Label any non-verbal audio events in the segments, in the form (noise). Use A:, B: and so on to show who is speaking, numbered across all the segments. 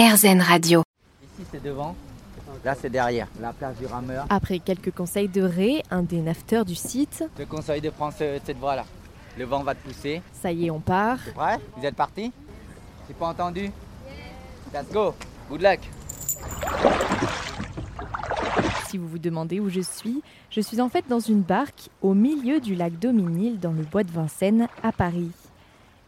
A: RZN Radio.
B: Ici c'est devant, là c'est derrière, la place du rameur.
C: Après quelques conseils de Ré, un des naveteurs du site,
B: Je te conseille euh, de prendre ce- cette voie là. Le vent va te pousser.
C: ça y est, on part.
B: T'es prêt Vous êtes parti J'ai pas entendu Let's go Good luck
C: Si vous vous demandez où je suis, je suis en fait dans une barque au milieu du lac Dominil dans le bois de Vincennes à Paris.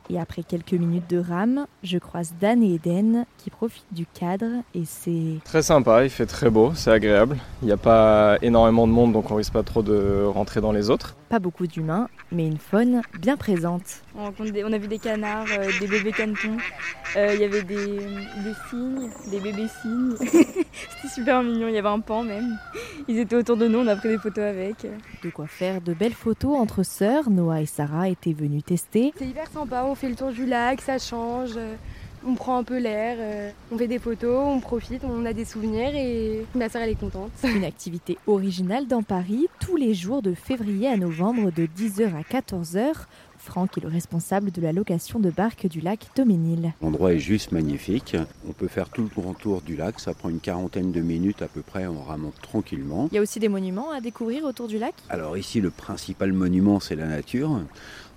C: Et après quelques minutes de rame, je croise Dan et Eden qui profitent du cadre et c'est
D: Très sympa, il fait très beau, c'est agréable. Il n'y a pas énormément de monde, donc on risque pas trop de rentrer dans les autres.
C: pas beaucoup d'humains, mais une faune bien présente.
E: On, rencontre des- on a vu des canards, euh, des bébés canetons, Euh, il y avait des, des cygnes, des bébés cygnes. (laughs) C'était super mignon, il y avait un pan même. Ils étaient autour de nous, on a pris des photos avec.
C: De quoi faire de belles photos entre sœurs, Noah et Sarah étaient venues tester.
F: C'est hyper sympa, on fait le tour du lac, ça change, euh, on prend un peu l'air, euh, on fait des photos, on profite, on a des souvenirs et ma soeur elle est contente.
C: Une activité originale dans Paris, tous les jours de février à novembre de 10h à 14h. Franck est le responsable de la location de barque du lac Doménil.
G: L'endroit est juste magnifique. On peut faire tout le grand tour du lac. Ça prend une quarantaine de minutes à peu près en ramant tranquillement.
C: Il y a aussi des monuments à découvrir autour du lac.
G: Alors ici, le principal monument, c'est la nature.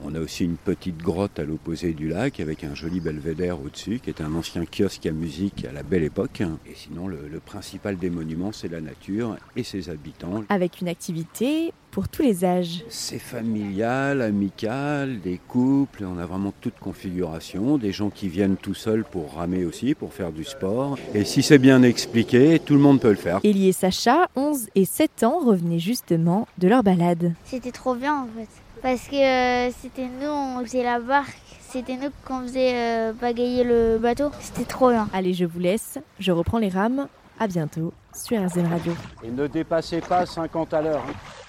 G: On a aussi une petite grotte à l'opposé du lac avec un joli belvédère au-dessus qui est un ancien kiosque à musique à la belle époque. Et sinon, le, le principal des monuments, c'est la nature et ses habitants.
C: Avec une activité pour tous les âges.
G: C'est familial, amical, des couples, on a vraiment toute configuration, des gens qui viennent tout seuls pour ramer aussi, pour faire du sport. Et si c'est bien expliqué, tout le monde peut le faire.
C: Élie et Sacha, 11 et 7 ans, revenaient justement de leur balade.
H: C'était trop bien en fait. Parce que euh, c'était nous, on faisait la barque. C'était nous qu'on faisait euh, bagayer le bateau. C'était trop bien.
C: Allez, je vous laisse, je reprends les rames. À bientôt sur RZN Radio.
G: Et ne dépassez pas 50 à l'heure. hein.